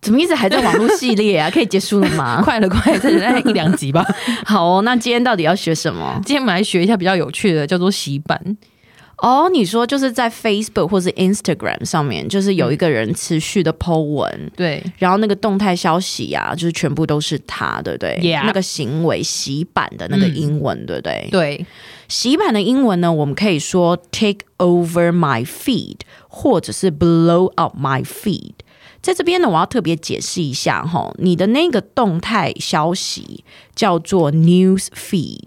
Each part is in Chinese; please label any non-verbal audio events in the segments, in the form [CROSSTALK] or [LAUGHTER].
怎么一直还在网络系列啊？可以结束了吗？ [LAUGHS] 快了快了，再忍耐一两集吧。好哦，那今天到底要学什么？ [LAUGHS] 今天我们来学一下比较有趣的，叫做洗版。哦，你说就是在 Facebook 或是 Instagram 上面，就是有一个人持续的 Po 文，对，然后那个动态消息啊，就是全部都是他，对不对 Yeah 那个行为洗版的那个英文，对不对？对，洗版的英文呢，我们可以说 take over my feed，或者是 blow up my feed。在这边呢，我要特别解释一下哈，你的那个动态消息叫做 news feed，、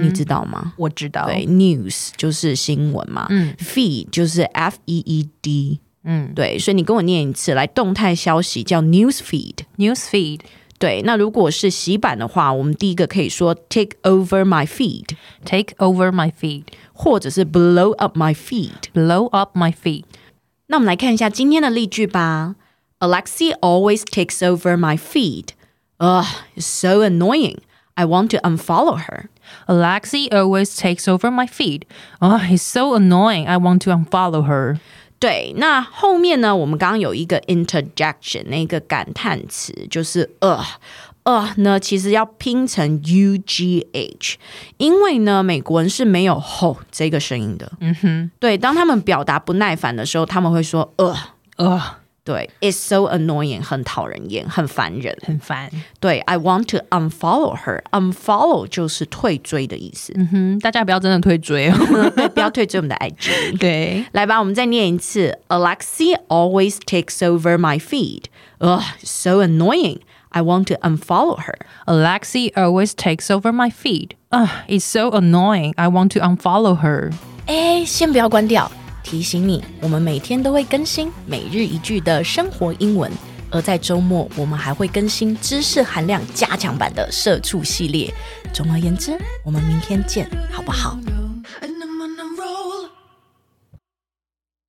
你知道吗？我知道。对，news 就是新闻嘛、嗯 f e e d 就是 f e e d，嗯对，所以你跟我念一次，来，动态消息叫 news feed。 ，News Feed 对，那如果是洗版的话，我们第一个可以说 take over my feed， take over my feed, 或者是 blow up my feed。 blow up my feed. 那我们来看一下今天的例句吧。Alexi always takes over my feed. Ugh, it's so annoying. I want to unfollow her. Alexi always takes over my feed. Oh, he's so annoying. I want to unfollow her. 对，那后面呢？我们刚刚有一个 interjection，那个感叹词就是呃呃呢，其实要拼成 u g h，因为呢，美国人是没有吼这个声音的。嗯哼，对，当他们表达不耐烦的时候，他们会说呃， Ugh, 对，it's so annoying，很讨人厌，很烦人。很烦。对，I want to unfollow her。unfollow 就是退追的意思，嗯哼，大家不要真的退追哦。 [LAUGHS] 对，不要退追我们的 IG。 [LAUGHS] 对来吧，我们再念一次。Alexi always takes over my feed. Ugh, so annoying. I want to unfollow her. ，Alexi always takes over my feed. Ugh, he's so annoying. I want to unfollow her. 哎，先不要关掉，提醒你，我们每天都会更新每日一句的生活英文，而在周末我们还会更新知识含量加强版的社畜系列。总而言之，我们明天见，好不好？